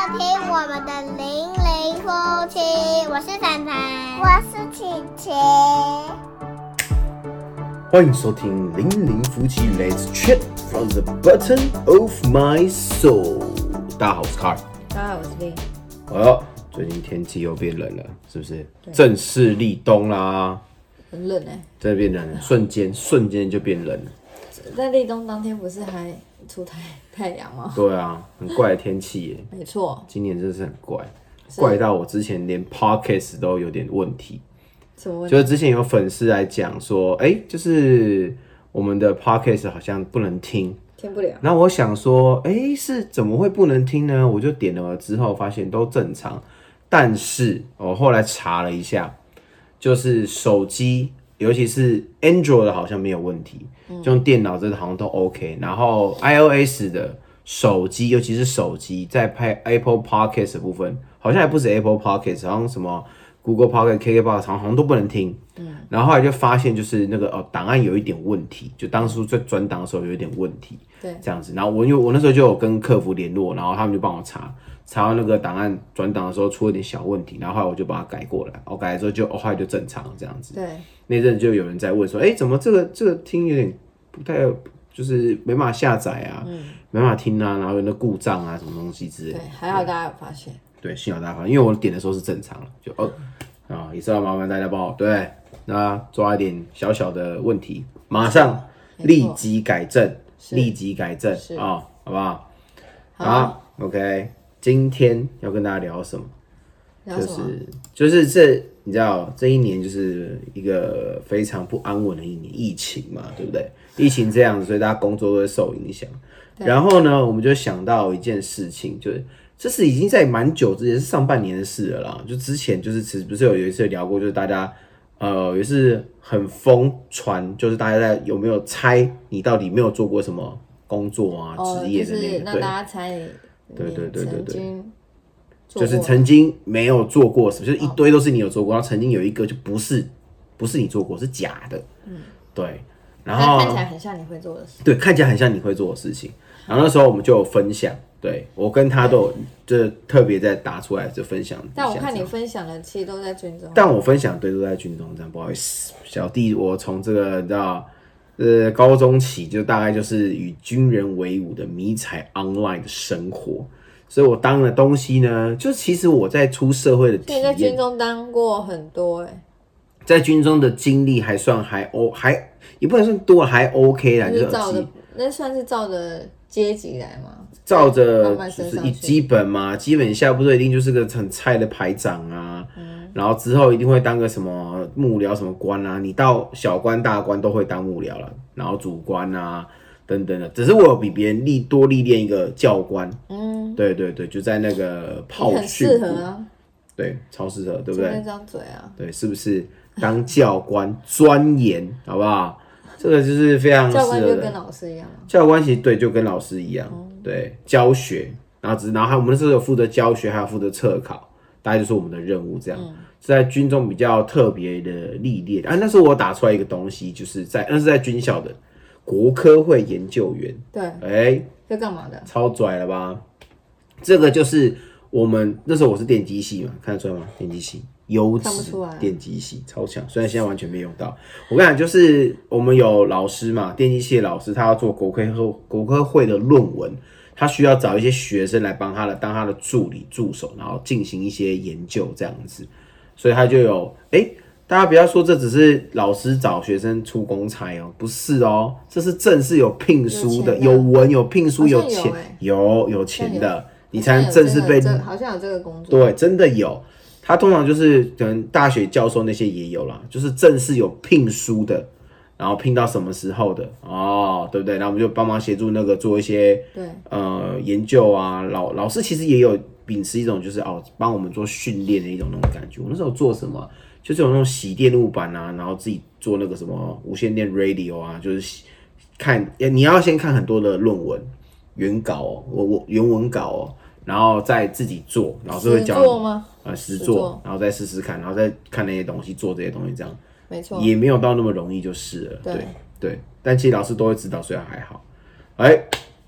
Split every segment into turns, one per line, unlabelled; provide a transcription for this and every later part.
我们的零零夫妻，我是凡凡，
我是琪琪。
欢迎收听《零零夫妻 Let's Chat from the Bottom of My Soul》。大家好，我是 Car。
大家好，我是 V。
哎呦，最近天气又变冷了，是不是？正式立冬啦，
很冷哎、
真的变冷了，瞬间瞬间就变冷了。
在立冬当天不是还出太太阳吗？
对啊，很怪的天气耶，
没错，
今年真是很怪，怪到我之前连 Podcast 都有点问题。
什么问
就
题？
是之前有粉丝来讲说，哎、就是我们的 Podcast 好像不能听，
听不了。
然后我想说，哎、是怎么会不能听呢？我就点了之后发现都正常，但是我后来查了一下，就是手机，尤其是 Android 的好像没有问题，就用电脑这好像都 OK。然后 iOS 的手机，尤其是手机在拍 Apple Podcast 的部分，好像也不止 Apple Podcast，好像什么 Google Podcast、KKBox 好像都不能听。然后后来就发现，就是那个哦，档案有一点问题，就当初在转档的时候有一点问题，
对
这样子。然后我因为我那时候就有跟客服联络，然后他们就帮我查，查到那个档案转档的时候出了点小问题，然后后来我就把它改过来，我改了之后就、哦、后来就正常了这样子。
对，
那阵就有人在问说，哎、怎么这个这个听有点不太，就是没办法下载啊，
嗯
没办法听啊，然后有那故障啊，什么东西之类的
对，。还好大家有发现。
对，幸好大家发现，因为我点的时候是正常了，就哦啊，也是要麻烦大家帮我对，那抓一点小小的问题，马上立即改正，立即改正
是
啊、好不好？
好
啊，OK，今天要跟大家聊什么？
然
就
后什么？
是就是这，你知道这一年就是一个非常不安稳的一年，疫情嘛，对不对？疫情这样子，所以大家工作都会受影响。然后呢，我们就想到一件事情，就是这是已经在蛮久之前，是上半年的事了啦。就之前就是其实不是有有一次有聊过，就是大家呃也是很疯传，就是大家在有没有猜你到底没有做过什么工作啊、
哦，
职
就
业的
是
那个
让大家猜你
对对对
你
对对
曾经做
就是
过嗯
曾经没有做过什么，就是一堆都是你有做过，然后曾经有一个就不是不是你做过，是假的。嗯，对。然
但
后
看起来很像你会做的事。
对，看起来很像你会做的事情。然后那时候我们就有分享，对我跟他都有就是特别在打出来就分享一下。
但我看
这
你
样
分享的其实都在军中，
但我分享对都在军中，这样不好意思，小弟我从这个你知道，呃，高中起就大概就是与军人为伍的迷彩 online 的生活，所以我当的东西呢，就其实我在出社会的体
所以在军
验，
中当过很多哎、
在军中的经历还算还 O 还也不能算多，还 OK 啦，
就
就是是
照
基
着那算是照着阶级来吗？
照着
慢慢
就
升
是
上
一
去
基本嘛，基本下部队一定就是个很菜的排长啊，
嗯
然后之后一定会当个什么幕僚什么官啊，你到小官大官都会当幕僚了，然后主官啊等等的，只是我有比别人历多历练一个教官，
嗯，
对对对，就在那个
你
炮
很
训
适
部
合，啊，
对，超适合，对不
就
对？
那张嘴啊。
对，是不是当教官钻研，好不好？这个就是非常适
教官
合
就跟
的。
老师一样啊，
教官其实对，就跟老师一样，对，教学，然后只然后还我们那时候有负责教学，还有负责测考，大概就是我们的任务这样。是在军中比较特别的历练啊，那时候我打出来一个东西，就是在那是在军校的国科会研究员，
对，
哎、
是干嘛的？
超拽了吧？这个就是我们那时候我是电机系嘛，看得出来吗？电机系优
看不
质
出来
电机系超强，虽然现在完全没用到。我跟你讲，就是我们有老师嘛，电机系的老师他要做国科会国科会的论文，他需要找一些学生来帮他的当他的助理助手，然后进行一些研究这样子，所以他就有哎。诶大家不要说这只是老师找学生出公差哦，不是哦，这是正是有聘书的，
有钱的
有文有聘书
好像
有钱
有欸
有有钱
好像
的，你才能正式被
好像有这个这好像有这个工作，
对，真的有。他通常就是可能大学教授那些也有啦，就是正式有聘书的，然后聘到什么时候的哦，对不对？然后我们就帮忙协助那个做一些
对
呃研究啊，老老师其实也有秉持一种就是哦帮我们做训练的一种那种感觉。我那时候做什么啊，就是有那种洗电路板啊，然后自己做那个什么无线电 radio 啊，就是洗看呃你要先看很多的论文原稿、哦，我我原文稿哦，然后再自己做，老师会
实
教
做
你
吗？
呃实
实
做
做，
然后再试试看，然后再看那些东西，做这些东西这样。
没错，
也没有到那么容易就是了。
对
对对，但其实老师都会指导，所以还好。哎，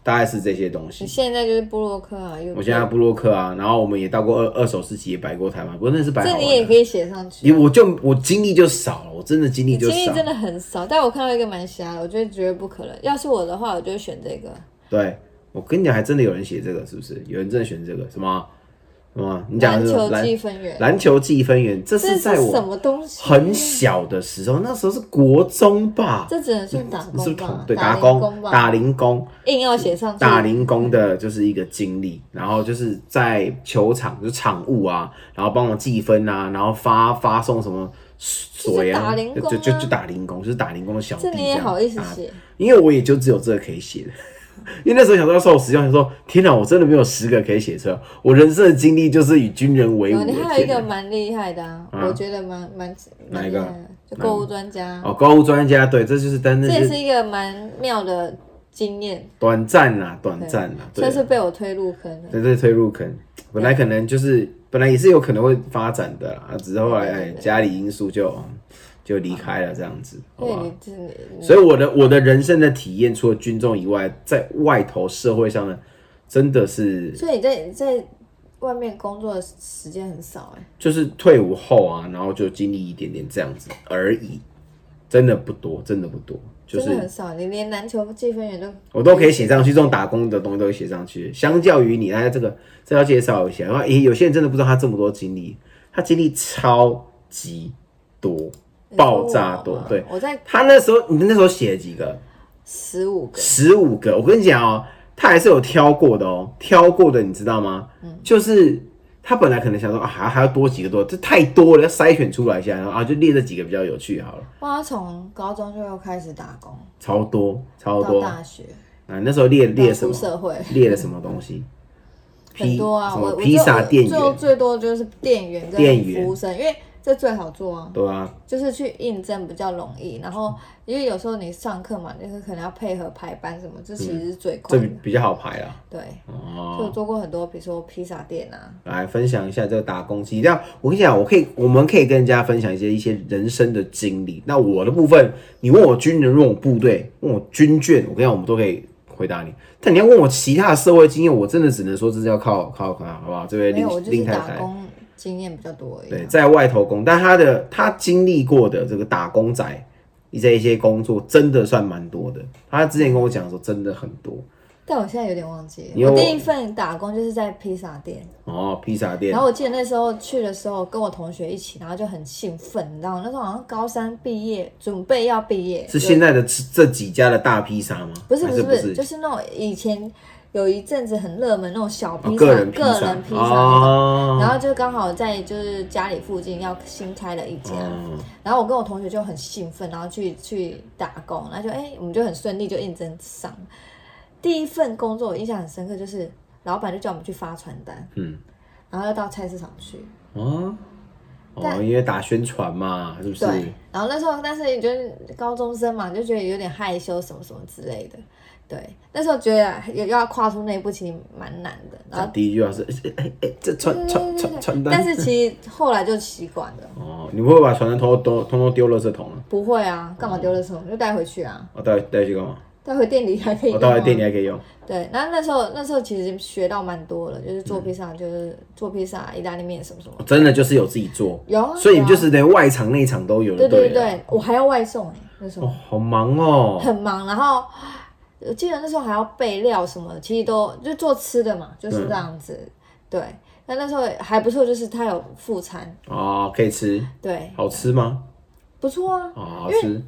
大概是这些东西
你。现在就是布洛克啊，又
我现在布洛克啊，然后我们也到过二二手市集，也摆过台湾，不过那是摆好
这
玩
你也可
的。
以写上去
你。我就我经历就少了，我真的经历
你
就
经历
少
真。的很少，但我看到一个蛮瞎的，我觉得绝对不可能。要是我的话，我就会选这个。
对，我跟你讲，还真的有人写这个，是不是？有人真的选这个什么什么？你讲
篮
的是
球
篮
计分员，
篮球计分员，这
这
是在
什
我
么东西？
很小的时候，那时候是国中吧？
这只能算打
你是不是
工吧？
对
打
打
零
工
吧？
打零工
硬要写上去，
打零工的就是一个经历，然后就是在球场就场务啊，然后帮我计分啊，然后发发送什么水
就是打
啊，
零
就
工啊
就就打零工，就是打零工的小弟
这
这
你也
样
好意思
啊
写？
因为我也就只有这个可以写的。因为那时候想到说，我实际上想说，天哪，我真的没有十个可以写出来。我人生的经历就是与军人为伍
有，
的。
你还有一
天
个
哪
蛮厉害的啊，
啊
我觉得蛮蛮
哪
蛮
一
厉
个
害的，就购物专家，
哦，购物专家，对，这就是单，
这
那
也
是
是一个蛮妙的经验，
短暂啦，短暂啦，对啊
算，是被我推入坑的。
对啊对，推入坑。本来可能就是本来也是有可能会发展的啦，只是后来哎家里因素就就离开了这样子，好不
因为
好？
啊你这你
所以我的我的人生的体验，除了军中以外，在外头社会上呢，真的是
所以你在在外面工作的时间很少哎、
就是退伍后啊，然后就经历一点点这样子而已，真的不多，真的不多，就
真的很
是
少，你连篮球计分员都
我都可以写上去，这种打工的东西都可以写上去。相较于你，大家这个这要介绍一下，然后诶，有些人真的不知道他这么多经历，他经历超级多，爆炸多
你说我吗，
对。
我在
他那时候，你那时候写了几个？
十五个，
十五个，我跟你讲哦，他还是有挑过的哦，挑过的你知道吗？就是他本来可能想说啊，还还要多几个多，这太多了，要筛选出来一下，然后啊就列这几个比较有趣好了，
哇，他从高中就开始打工，
超多超
到
多
大学，
啊，那时候列列
到
什
出
么？
社会。
列了什么东西？
很多啊，
什
我
么
我
披萨
最
店
最后
员？
最多就是店员
店
跟
员
服务生，因为这最好做啊，
对啊，
就是去应征比较容易。然后因为有时候你上课嘛，就是可能要配合排班什么，这其实是最快
这
的。
比嗯比较好排啦。
对，所以我
哦，
做过很多，比如说披萨店啊，
来分享一下这个打工经历。这样我跟你讲，我可以，我们可以跟人家分享一些一些人生的经历。那我的部分，你问我军人，问我部队，问我军眷，我跟你讲，我们都可以回答你。但你要问我其他的社会经验，我真的只能说这是要靠靠靠，好不好？这位
没
令
有，我就是
令太
打
太。
工经验比较多而已啊。
对，在外头工，但他的他经历过的这个打工仔，这一些工作真的算蛮多的。他之前跟我讲说，真的很多
但我现在有点忘记
你
了，我
有
第一份打工就是在披萨店，
哦，披萨店
然后我记得那时候去的时候跟我同学一起，然后就很兴奋，你知道吗？那时候好像高三毕业，准备要毕业，
是
有
现在的这这几家的大披萨吗？
不是
还
不
是
是
不
不是，就是那种以前有一阵子很热门那种小
哦
披萨、
个人披
个
萨
人披萨那种
哦，
然后就刚好在就是家里附近要新开了一家，
哦
然后我跟我同学就很兴奋，然后去去打工，然后就哎、我们就很顺利就应征上。第一份工作我印象很深刻，就是老板就叫我们去发传单，
嗯
然后要到菜市场去，
哦哦，
但
因为打宣传嘛，是不是？
对，然后那时候，但是就是高中生嘛，就觉得有点害羞什么什么之类的。对，那时候觉得也要跨出那一步，其实蛮难的。然
讲
后，嗯
第一句话是哎哎哎，这传传传传单，
但是其实后来就习惯了，
哦，你不会把传单偷偷都通通丢垃圾桶啊？
不会啊，干嘛丢了什么就带回去啊，
我带带去干嘛？
带回店里还可以
我
用啊、
带哦来店里还可以用。
对，那那时候那时候其实学到蛮多了，就是做披萨，就是做披萨、意大利面什么什么。
真的就是有自己做，
有啊，
所以你就
有啊
是连外场内场都有
对
就
对
了。
对，我还要外送哎、那时候、
哦，好忙哦。
很忙，然后我记得那时候还要备料什么的，其实都就做吃的嘛，就是这样子。
嗯
对，那那时候还不错，就是他有副餐，
哦，可以吃，
对，
好吃吗？
不错啊。
哦，好吃。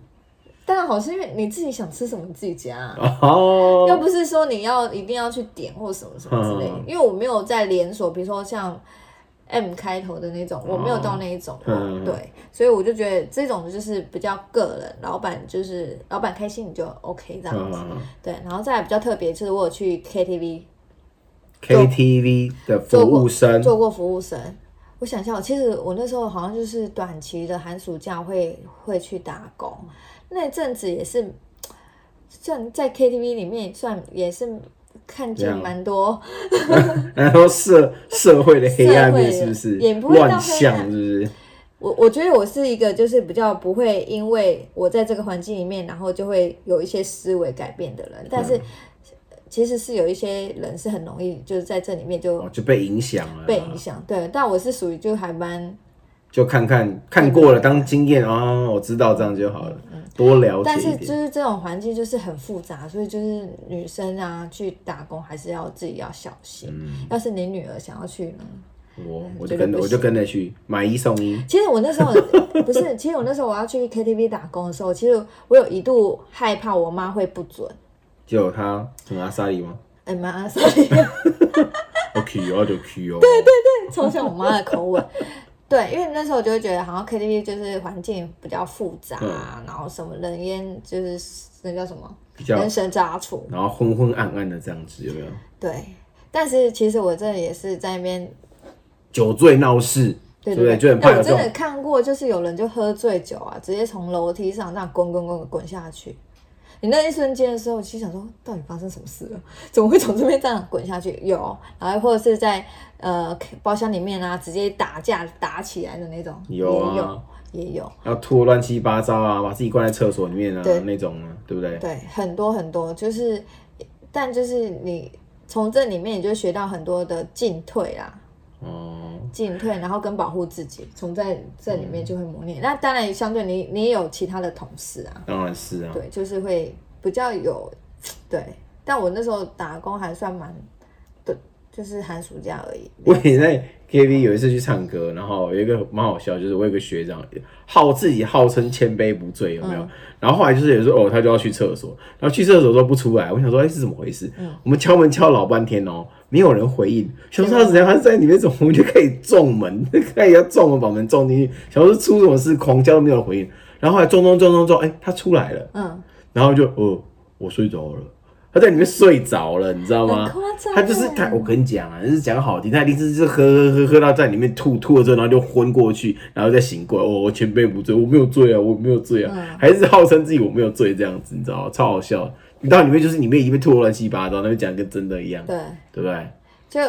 当然好吃，因为你自己想吃什么你自己加啊、
哦，
又不是说你要一定要去点或什么什么之类的
嗯。
因为我没有在连锁，比如说像 M 开头的那种，我没有到那一种啊、
嗯
对，所以我就觉得这种就是比较个人，老板就是老板开心你就 OK 这样子。
嗯
对，然后再来比较特别，就是我有去 KTV
，KTV 的服
做过
务生，
做过服务生。我想一下，我其实我那时候好像就是短期的寒暑假会会去打工，那阵子也是，算在 KTV 里面算也是看
这
见
样
蛮多
然后社社会的黑暗面
社会的
是不是？
也不会到黑暗
乱象是不是？
我我觉得我是一个，就是比较不会因为我在这个环境里面，然后就会有一些思维改变的人。但是其实是有一些人是很容易就是在这里面就
哦就被影响了，
被影，响。对，但我是属于就还蛮，
就看看看过了当经验哦，我知道这样就好了，多了
嗯但
解
是
一
就
点。
是这种环境就是很复杂，所以就是女生啊去打工还是要自己要小心。
嗯，
要是你女儿想要去呢？
我
嗯
我
觉
就
得
跟
不
我就
行
跟着去买一送一，
其实我那时候 不是，其实我那时候我要去 KTV 打工的时候，其实我有一度害怕我妈会不准。
结果他很阿莎莉吗？
哎妈，所以
我去哦，就去哦。对对
抽象我妈的口吻。对，因为那时候我就会觉得，好像 KTV 就是环境比较复杂、
嗯
然后什么人烟就是那叫什么
比较
人神杂处，
然后昏昏暗暗的这样子，有没有？
对。但是其实我这也是在那边，
酒醉闹事，
对
不对？
对
就很怕
但
有
我
这
真的
种
看过，就是有人就喝醉酒啊，直接从楼梯上这样滚滚滚滚下去。你那一瞬间的时候，我心想说，到底发生什么事了？怎么会从这边这样滚下去？有，然后或者是在呃包厢里面啊，直接打架打起来的那种，
有
也有
啊，
也有。
要吐得乱七八糟啊，把自己关在厕所里面啊
对
那种啊，对不对？
对，很多很多，就是，但就是你从这里面你就学到很多的进退啊啦，
哦，
进退，然后跟保护自己，从在这里
嗯
面就会磨练。那当然，相对你你也有其他的同事啊，
当然是啊，
对，就是会比较有，对。但我那时候打工还算蛮，对，就是寒暑假而已。
我也在 KTV 有一次去唱歌，然后有一个蛮好笑，就是我有一个学长，号自己号称千杯不醉，有没有？然后后来就是有时候哦，他就要去厕所，然后去厕所都不出来，我想说，哎、是怎么回事？我们敲门敲老半天哦，没有人回应，想说他怎样，他在里面怎么我们就可以撞门，看一下撞门把门撞进去，想说出什么事，狂叫都没有人回应，然后后来撞撞撞撞撞，哎、他出来了，
嗯，
然后就哦，我睡着了。他在里面睡着了，你知道吗？
很夸张
他就是
欸
他，我跟你讲啊，就是讲好听，他一定是就是喝喝喝喝到在里面吐吐了之后，然后就昏过去，然后再醒过来。哦，我前辈不醉，我没有醉啊，我没有醉啊，
嗯
还是号称自己我没有醉这样子，你知道吗？超好笑的。你到里面就是里面已经被吐得乱七八糟，那边讲得跟真的一样，
对，
对不对？
就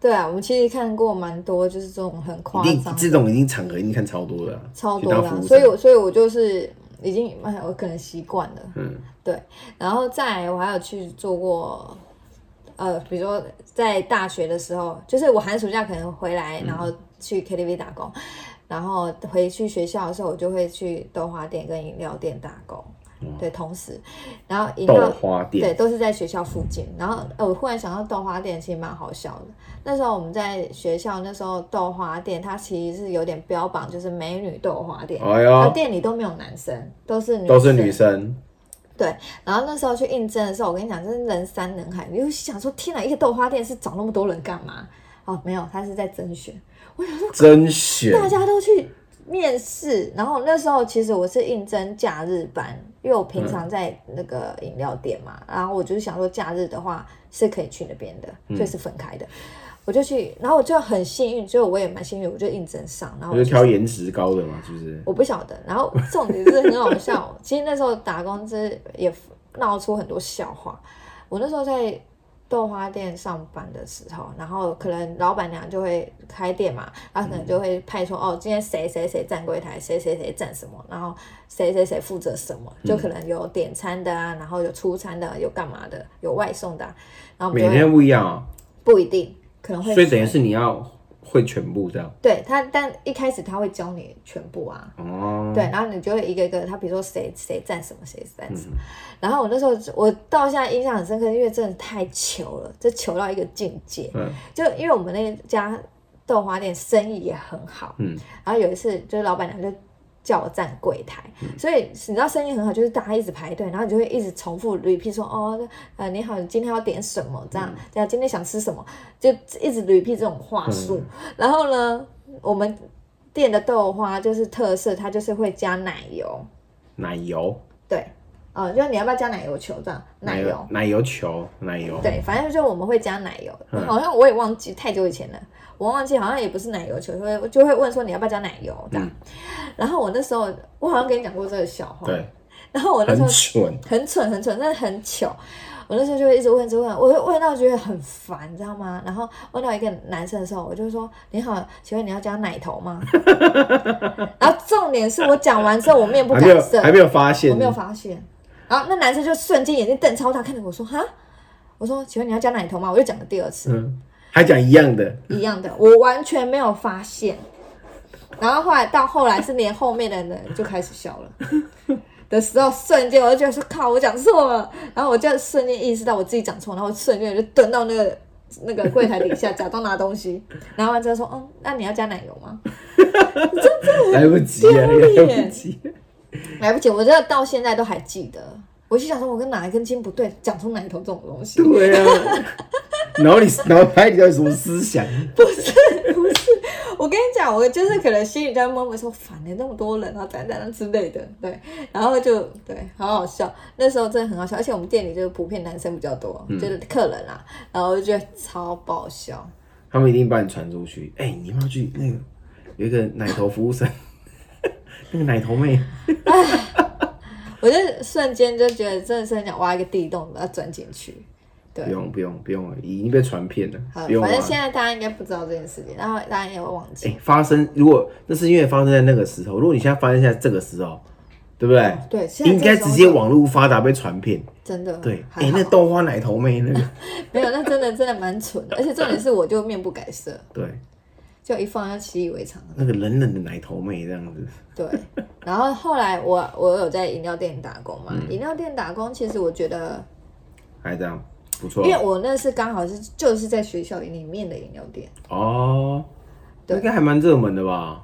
对啊，我们其实看过蛮多，就是这种很夸
一定
张的
这种已经场合已经看超多了啊，
超
去
多
当
啦
服，务
所以
生
我所以我就是已经哎，我可能习惯了，
嗯，
对。然后再来我还有去做过，呃，比如说在大学的时候，就是我寒暑假可能回来，然后去
嗯
KTV 打工，然后回去学校的时候，我就会去豆花店跟饮料店打工，对，同时，然后饮
嗯豆
料。
花
对，
店
都是在学校附近。然后，呃，我忽然想到豆花店其实蛮好笑的。那时候我们在学校，那时候豆花店它其实是有点标榜就是美女豆花店，
哎呦
它店里都没有男生，都是女
都是女。生，
然后那时候去应征的时候，我跟你讲，真是人山人海。你就想说，天哪，一个豆花店是找那么多人干嘛？哦，没有，他是在甄选，
甄选
大家都去面试。然后那时候其实我是应征假日班，因为我平常在那个饮料店嘛，然后我就想说假日的话是可以去那边的，所以是分开的。我就去，然后我就很幸运，就我也蛮幸运，我就应征上，然后
我
我
就
就
挑颜值高的嘛，是不是？
我不晓得。然后重点是很好笑，哦其实那时候打工是也闹出很多笑话。我那时候在豆花店上班的时候，然后可能老板娘就会开店嘛，她可
嗯
能就会派说、哦，今天谁谁谁站柜台，谁谁谁站什么，然后谁谁谁负责什么，就
嗯
可能有点餐的啊，然后有出餐的，有干嘛的，有外送的啊、然后我们
每
就会
天不一样啊、
不一定可能会
所以等于是你要会全部这样
对他，但一开始他会教你全部啊，
哦。
对，，然后你就会一个一个，他比如说谁谁占什么，谁占什么。然后我那时候我到现在印象很深刻，因为真的太糗了，这糗到一个境界。
嗯
就因为我们那家豆花店生意也很好，
嗯，
然后有一次就是老板娘就叫我站柜台，所以你知道生意很好，就是大家一直排队，然后你就会一直重复 repeat 说哦，呃你好，你今天要点什么这样，对啊，今天想吃什么，就一直 repeat 这种话术。然后呢，我们店的豆花就是特色，它就是会加奶油，
奶油，
对，呃，就是你要不要加奶油球这样，奶油，
奶油球，奶油，
对，反正就我们会加奶油，
嗯
好像我也忘记太久以前了，我忘记好像也不是奶油球，就会就会问说你要不要加奶油
嗯
这样。然后我那时候我好像跟你讲过这个笑话，
对，
然后我那时
很
候
蠢，
很蠢很蠢，真的很糗。我那时候就会一直问，一直问，我会问到觉得很烦，你知道吗？然后问到一个男生的时候，我就说：“你好，请问你要加奶头吗？” 然后重点是我讲完之后，我面不
还没有
改色，
还没有发现，
啊我没有发现。然后那男生就瞬间眼睛瞪超大，看着我说：“哈？”我我说请问你要加奶头吗？我又讲了第二次，
嗯，还讲一样的，
一样的，我完全没有发现。然后后来到后来是连后面的人就开始笑了的时候，瞬间我就觉得说靠，我讲错了。然后我就瞬间意识到我自己讲错，然后瞬间我就蹲到那个那个柜台底下，假装拿东西。拿完之后说，嗯，那你要加奶油吗？
来不及啊，
丢
来
脸
不及。
来不及，我真的到现在都还记得。我就想说，我跟哪一根筋不对，讲出奶头这种东西。
对啊， 脑里脑海里到底什么思想？
我跟你讲，我就是可能心里在默默说，烦了那么多人啊，等等等之类的，对，然后就对，好好笑。那时候真的很好笑，而且我们店里就是普遍男生比较多，
嗯
就是客人啦、然后我就觉得超爆笑。
他们一定把你传出去。哎、你要不要去那个有一个奶头服务生， 那个奶头妹，
我就瞬间就觉得，真的是很想挖一个地洞，把它钻进去。对
不，用不用不用了，已经被传遍了，啊
好，
不用
反正
玩。
现在大家应该不知道这件事情，然后大家也会忘
哎、
记。
发生如果那是因为发生在那个时候，如果你现在发生在这个时候，对不对？
哦对，现在
应该直
这个时候
接
就
网络发达被传遍。
真的
对，
还
哎、
好
那豆花奶头妹那个，
没有，那真的真的蛮蠢的，而且重点是我就面不改色，
对，
就一放就习以为常了。
那个冷冷的奶头妹这样子，
对，然后后来我我有在饮料店打工嘛，
嗯
饮料店打工其实我觉得，
还这样不错
因为我那是刚好是就是在学校里面的饮料店，
哦。
对
应该还蛮热门的吧？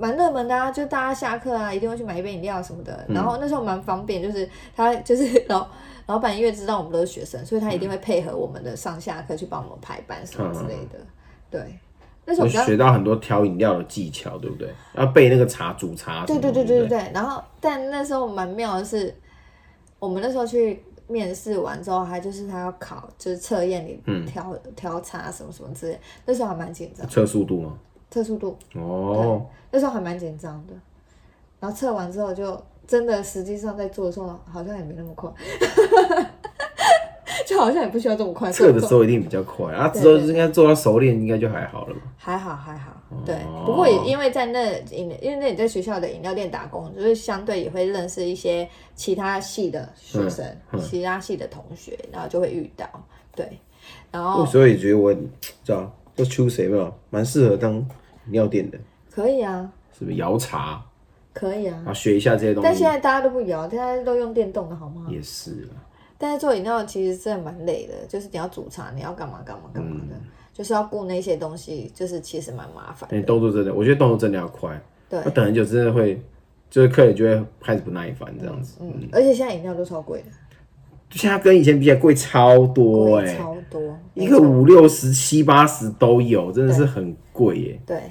蛮热门的啊，就大家下课啊一定会去买一杯饮料什么
嗯
的，然后那时候蛮方便，就是他就是 老老板因为知道我们都是学生，所以他一
嗯
定会配合我们的上下课去帮我们排班什么之类的，对。那时候
我
比较
嗯学到很多调饮料的技巧，对不对？要背那个茶煮茶什
对
么的。
对对对
不
对对。然后，但那时候蛮妙的是，我们那时候去面试完之后，他就是他要考，就是测验你调调查什么什么之类。那时候还蛮紧张，
测速度吗？
测速度
哦，
那时候还蛮紧张的。然后测完之后就真的，实际上在做的时候好像也没那么快， 就好像也不需要这么快
测的
做
时候一定比较快，啊，
对
之后就应该做到熟练，应该就还好了吧？
还好还好
哦，
对。不过也因为在那饮，因为那你在学校的饮料店打工，就是相对也会认识一些其他系的学生、
嗯嗯
其他系的同学，然后就会遇到，对。然
我
后
所以觉得我，知道就 choose 有没有，蛮适合当饮料店的，
可以啊，
是不是摇茶，
可以
然
啊。
后学一下这些东
但
西
现，在大家都不摇，大家都用电动的好吗？
也是啊。
但是做饮料其实真的蛮累的，就是你要煮茶，你要干嘛干嘛干嘛的，
嗯
就是要顾那些东西，就是其实蛮麻烦
但
的。
你动作真的，我觉得动作真的要快，
对
那，等很久真的会，就是客人就会开始不耐烦这样子。
嗯，而且现在饮料都超贵的，
就现在跟以前比起来贵超多哎、
贵超多，
一个五六十、七八十都有，真的是很贵耶、
对，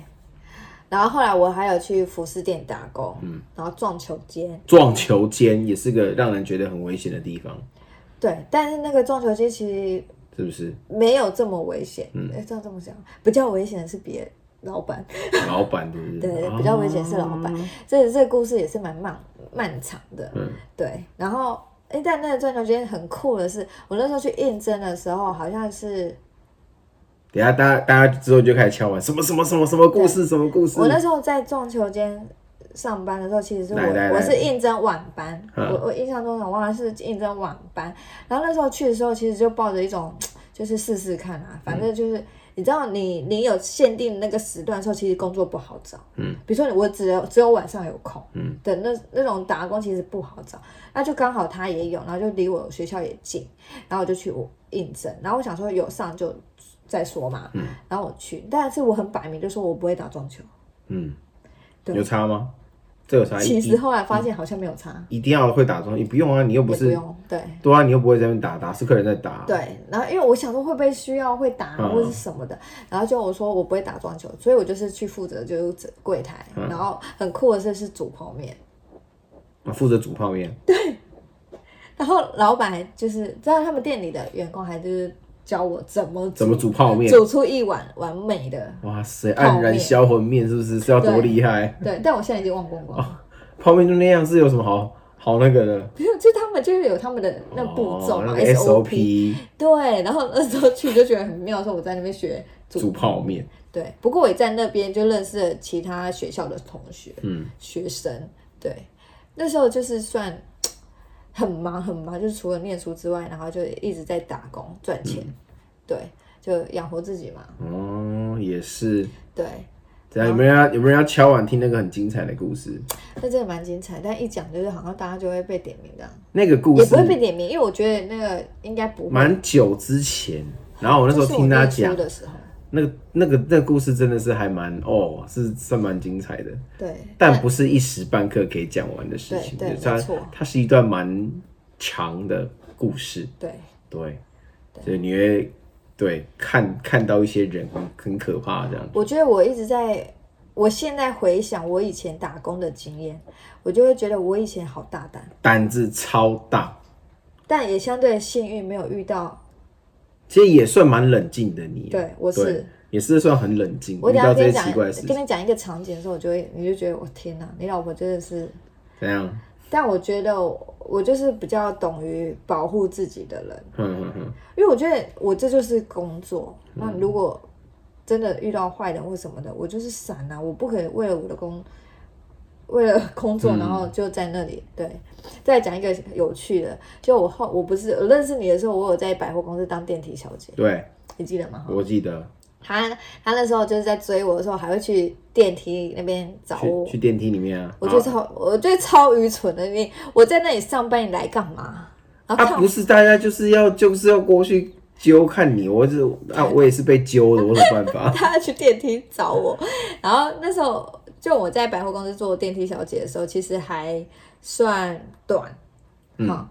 然后后来我还有去服饰店打工，嗯，然后撞球街，
撞球间也是个让人觉得很危险的地方，
对，但是那个撞球街其实
是不是？
没有这么危险，嗯，这样这么讲，比较危险的是别老板，
老板对不对？
对，比较危险是老板，这这个故事也是蛮漫漫长的，
嗯
对，然后。哎，但那个撞球街很酷的是，我那时候去应征的时候，好像是
等一下大家大家之后就开始敲完什么什么什么什么故事，什么故事？
我那时候在撞球间上班的时候，其实是我
来来来
我是应征晚班，
嗯
我我印象中我忘了是应征晚班。然后那时候去的时候，其实就抱着一种就是试试看
嗯
啊，反正就是。你知道你，你有限定那个时段的时候，其实工作不好找。
嗯，
比如说我只有只有晚上有空，
嗯，
的那那种打工其实不好找。那就刚好他也有，然后就离我学校也近，然后我就去我应征。然后我想说有上就再说嘛，嗯，然后我去，但是我很摆明就说我不会打撞球，
嗯，
对
有差吗？这有差？
其实
一
后来发现好像没有差，
一定要会打桩，你不用啊，你又嗯不
也不
是
用对
对啊，你又不会在那边打，打是客人在打。，
对。然后因为我想说会不会需要会打
嗯
或是什么的，然后就我说我不会打撞球，所以我就是去负责就是柜台，
嗯
然后很酷的是是煮泡面，
负责煮泡面，
然后老板还就是知道他们店里的员工还就是教我怎么
怎么煮泡面？
煮出一碗完美的，
哇塞，
泡面
黯然销魂面是不是是要多厉害？
对。但我现在已经忘光
哦
光了，
泡面就那样是有什么好好那个的？
没有，就他们就是有他们的那步骤
哦
嘛、
那个 SOP
对，然后那时候去就觉得很妙，说我在那边学
煮泡面，
对，不过我也在那边就认识了其他学校的同学、
嗯，
学生。对，那时候就是算很忙很忙，就是除了念书之外，然后就一直在打工赚钱，
嗯
对，就养活自己嘛。
哦，也是。
对，
怎样？有没有人要有没有人要敲碗听那个很精彩的故事？
那真的蛮精彩，但一讲就是好像大家就会被点名这样，
那个故
也
事
不会被点名，因为我觉得那个应该不会。
蛮久之前，然后我那时候
就是
听他
念书
讲，
的时候，
那个那个那个故事真的是还蛮哦，是算蛮精彩的，
对，
但不是一时半刻可以讲完的事情。
对对
就是它
没错
它是一段蛮长的故事，
对
对，所以你会对看看到一些人很很可怕这样。
我觉得我一直在，我现在回想我以前打工的经验，我就会觉得我以前好大胆，
胆子超大，
但也相对幸运没有遇到。
其实也算蛮冷静的你。啊
对我是
对也是算很冷静，
我
遇
等一
到
下
这
跟
些
你讲
奇怪的事，情
跟，你讲一个场景的时候，我就会你就觉得我天哪，你老婆真的是。
怎样？
但我觉得我我就是比较懂于保护自己的人，
嗯嗯嗯，
因为我觉得我这就是工作。那如果真的遇到坏人或什么的，我就是闪啊，我不可以为了我的工，为了工作，
嗯
然后就在那里。对，再讲一个有趣的，就我后我不是我认识你的时候，我有在百货公司当电梯小姐，
对，
你记得吗？
我记得
他他那时候就是在追我的时候，还会去电梯那边找我
去。去电梯里面啊，
我觉得超，我觉得超愚蠢的。你我在那里上班，你来干嘛？然后看
啊，不是大家就是要就是要过去揪看你，我是啊，我也是被揪的，我有什么办法？
他去电梯找我，然后那时候就我在百货公司做电梯小姐的时候，其实还算短，
嗯
好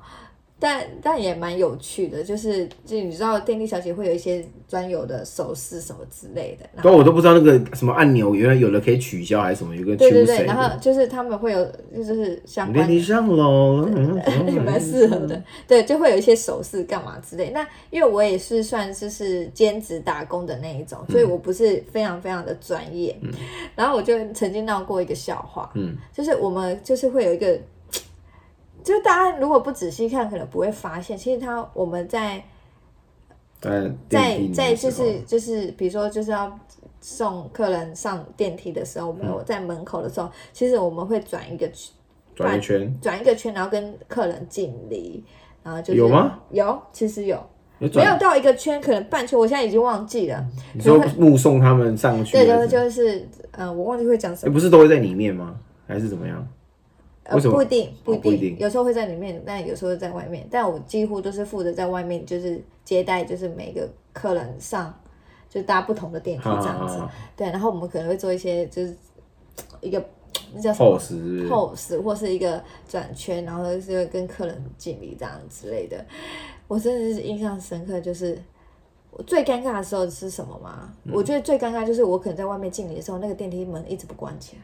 但但也蛮有趣的，就是就你知道电梯小姐会有一些专有的手势什么之类的，然
不
后
啊然我都不知道那个什么按钮，原来有的可以取消还是什么，有个
对对
choose
对，
谁
然后就是他们会有就是相
你
关
电梯
的。
上楼，嗯嗯
你蛮适合的，对，就会有一些手势干嘛之类。那因为我也是算就是兼职打工的那一种，
嗯
所以我不是非常非常的专业。 然后我就曾经闹过一个笑话，
嗯
就是我们就是会有一个，就是大家如果不仔细看，可能不会发现，其实它我们在
嗯，电梯
在
里面的
在就
时候
是就是比如说就是要送客人上电梯的时候，我
嗯
们在门口的时候，其实我们会转一个圈
转一圈，
转一个圈，然后跟客人敬礼，然后就是
有吗？
有，其实有，
有
没有
哎转，
到一个圈，可能半圈，我现在已经忘记了。
你说目送他们上去，
对，就
还是
就是呃，我忘记会讲什
哎
么。
不是都会在里面吗？还是怎么样？
呃，
为什么
不一定，不一
哦不
定，
一定
有时候会在里面，但有时候在外面。但我几乎都是负责在外面，就是接待，就是每个客人上，就搭不同的电梯
好
这
好好
样子。
好
对，然后我们可能会做一些就是一个那叫什么
，pose 是不是
pose 或是一个转圈，然后就是跟客人敬礼这样之类的。我真的是印象深刻，就是我最尴尬的时候是什么吗？
嗯
我觉得最尴尬就是我可能在外面敬礼的时候，那个电梯门一直不关起来。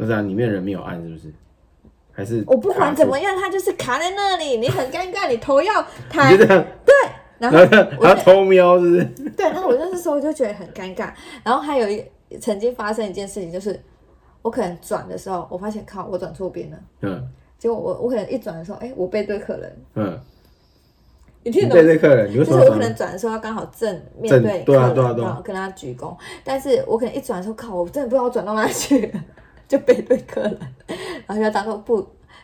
那这样啊里面人没有按是不是？还是
我不管怎么
样，
样，它就是卡在那里，你很尴尬，你头要抬
你就，这样，
然
然 后
后
这样然后偷瞄是不 是？
对，然后我那时候就觉得很尴尬。然后还有一曾经发生一件事情，就是我可能转的时候，我发现靠，我转错边了。
嗯
结果我我可能一转的时候，哎，我背对客人，
嗯，你
你听得
对
懂吗？
这客人，你为什
就是
么
我
要
可
这
能
样？
转的时候要刚好正面
正
对
对啊
客人
对啊对啊
然后跟他鞠躬，但是我可能一转的时候，靠，我真的不知道我转到哪里去了，就背对客人，然后就要当做不，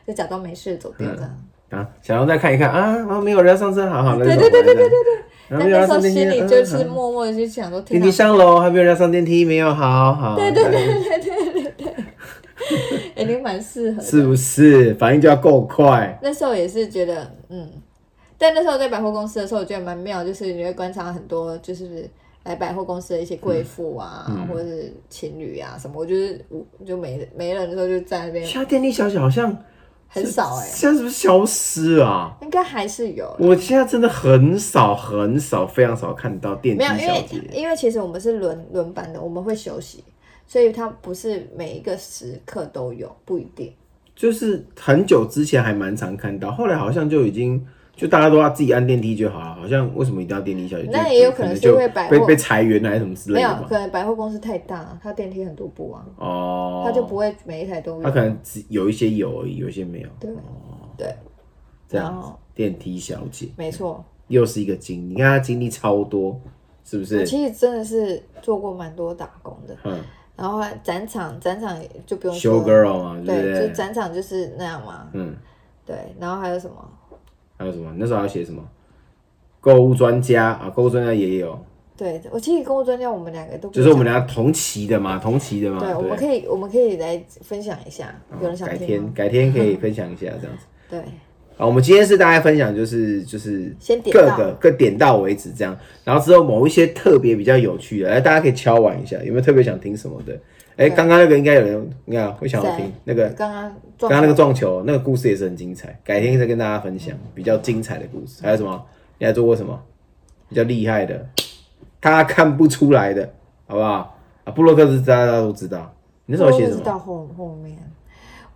就假装没事走掉这样。
啊，想要再看一看啊，然后没有人要上车，好好，那
对
就
对
走吧
对对对
这样
对对。
然后
但
没有
那
人
时候
上电梯，
心里
嗯
就是
好
默默地就想说，
电
天哪
梯，上楼，还没有人要上电梯，没有，好好，对对对，
哎、 你蛮适合的。
是不是反应就要够快？
那时候也是觉得，嗯，但那时候在百货公司的时候，我觉得蛮妙，就是你会观察很多，就是来百货公司的一些贵妇啊，
嗯
或者是情侣啊什么。我就是我就没没人的时候就在那边，
现在电梯小姐好像
很少哎、
现在是不是消失啊？
应该还是有。
我现在真的很少很少非常少看到电
没
梯
有，因
小
为
姐，
因为其实我们是轮轮班的，我们会休息，所以它不是每一个时刻都有，不一定。
就是很久之前还蛮常看到，后来好像就已经。就大家都要自己按电梯就好了，好像为什么一定要电梯小姐？
那
就
也有
就
可能是
就
因为百
被
货
被裁员啊还是什么之类
没有
的，嘛。
可能百货公司太大，它电梯很多部啊，
哦，
它就不会每一台都有。
他可能只有一些有而已，有一些没有。
对
哦，
对，
这
然
样子
后
电梯小姐
没错。
又是一个经历，你看她经历超多，是不
我
是？
啊其实真的是做过蛮多打工的，
嗯
然后还展场展场就不用说
，show
了，
girl 啊嘛，对
对，
不
就
对？
展场就是那样嘛。
嗯，
对，然后还有什么？
还有什么？那时候还要写什么？购物专家啊，购物专家也有，
对我其实工作专家我们两个都不
就是我们
讲
俩同期的嘛，同期的嘛。啊
对，我们可以我们可以来分享一下，有人想
改
听
天
吗？
改天可以分享一下这样子。
对，
啊，我们今天是大概分享就是就是
先点
各
到
个各点到为止这样，然后之后某一些特别比较有趣的，哎，大家可以敲完一下，有没有特别想听什么的？哎，刚刚那个应该有人，你看会想要
谁
听那个，
刚刚
刚刚那个撞球那个故事也是很精彩，改天再跟大家分享比较精彩的故事。
嗯
还有什么？你还做过什么比较厉害的？大家看不出来的，好不好？啊，布洛克是大家都知道，你那时候写什
我不知
么？
道后后面，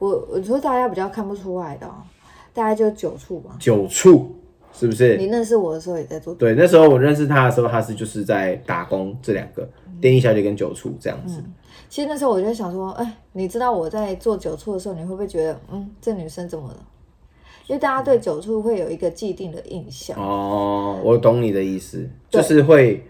我我说大家比较看不出来的、哦，大概就九处吧。
九处是不是？
你认识我的时候也在做，
对，那时候我认识他的时候，他是就是在打工这两个电影小姐跟九处这样子。
其实那时候我就想说，哎，你知道我在做九处的时候，你会不会觉得，嗯，这女生怎么了？因为大家对九处会有一个既定的印象，
哦，我懂你的意思，就
嗯对
是会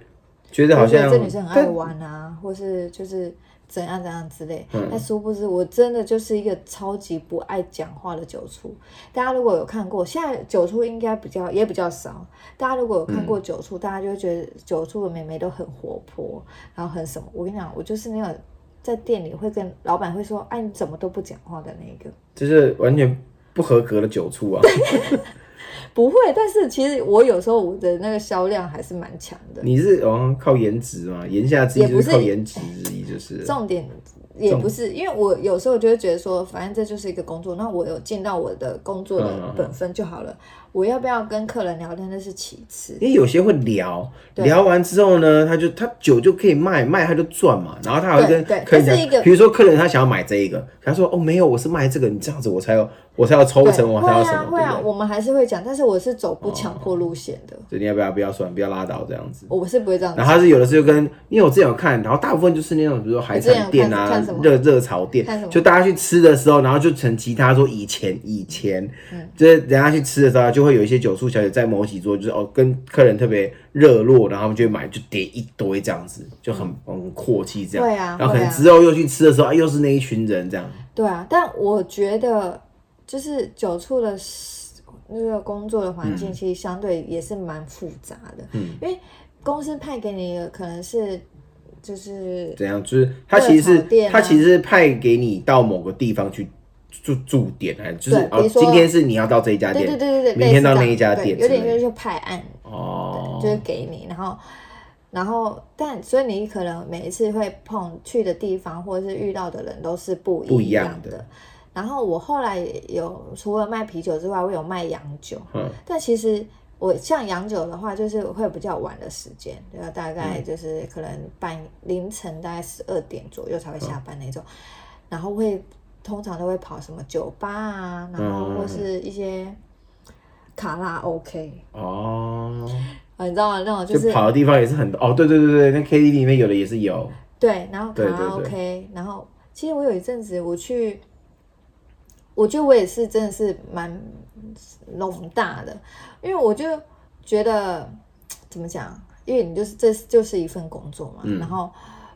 觉得好
就觉得
像
这女生很爱
但
玩啊，或是就是怎样怎样之类。
嗯
但殊不知，我真的就是一个超级不爱讲话的九处。大家如果有看过，现在九处应该比较也比较少。大家如果有看
嗯
过九处，大家就会觉得九处的妹妹都很活泼，然后很什么。我跟你讲，我就是那种在店里会跟老板会说：“哎，你怎么都不讲话的那个。”
就是完全不合格的九处啊。
不会，但是其实我有时候我的那个销量还是蛮强的。
你是哦靠颜值嘛，言下之意
也
就
不
是
是
靠颜值之意，就是
重点也
重
不是，因为我有时候就会觉得说，反正这就是一个工作，那我有尽到我的工作
嗯嗯
的
嗯
本分就好了。我要不要跟客人聊天那是其次，
因为有些会聊，
对
聊完之后呢，他就他酒就可以卖，卖他就赚嘛，然后他还会
对
跟
对
客人
这是一
讲，
个
比如说客人他想要买这一个，他说哦没有，我是卖这个，你这样子我才有我才有抽
对，
成，我
会
才有什
啊
么，
会
对
啊
不，对？哦
我们还是会讲，但是我是走不强迫路线的，
所以你要不要不要算，不要拉倒这样子。
我是不会这样
然
讲。
后他是有的时候跟，因为我之前有看，然后大部分就是那种比如说海产店
你之前有看
啊
看什、么
热热炒店
看什，么
就大家去吃的时候，然后就成其他说以前以前，
嗯
就是人家去吃的时候，就会有一些酒醋小姐在某几桌，就是哦跟客人特别热络，然后他们就会买就叠一堆这样子，就很很阔气这样。
会啊
然后可能
会啊
之后又去吃的时候，啊又是那一群人这样。
对啊，但我觉得就是酒处的那个工作的环境，其实相对也是蛮复杂的，
嗯
因为公司派给你的可能是就是
怎样？就是他其实
热
是
炒店啊
他其实是派给你到某个地方去住驻点，还就是
对比
哦，
如说
今天是你要到这一家
对
店，
对对对对，
明天到那一
类似这
家
样
店
对
之
有
类
点
的，
就是派案，
哦，
就是给你，然后然后但所以你可能每一次会碰去的地方或者是遇到的人都是不
不一
一
样
样
的
的。然后我后来有除了卖啤酒之外，我有卖洋酒，
嗯
但其实我像洋酒的话，就是会比较晚的时间，然后大
嗯
概就是可能半凌晨大概十二点左右才
嗯
会下班那种，然后会通常都会跑什么酒吧啊，然后
嗯
或是一些卡拉 OK，、
哦，
啊，你知道吗？那种
就
就是
跑的地方也是很多哦，对对对对，那 KTV 里面有的也是有，
对，然后卡
对
拉
对对
OK，然后其实我有一阵子我去，我觉得我也是真的是蛮笼大的，因为我就觉得怎么讲，因为你就是这就是一份工作嘛。
嗯
然后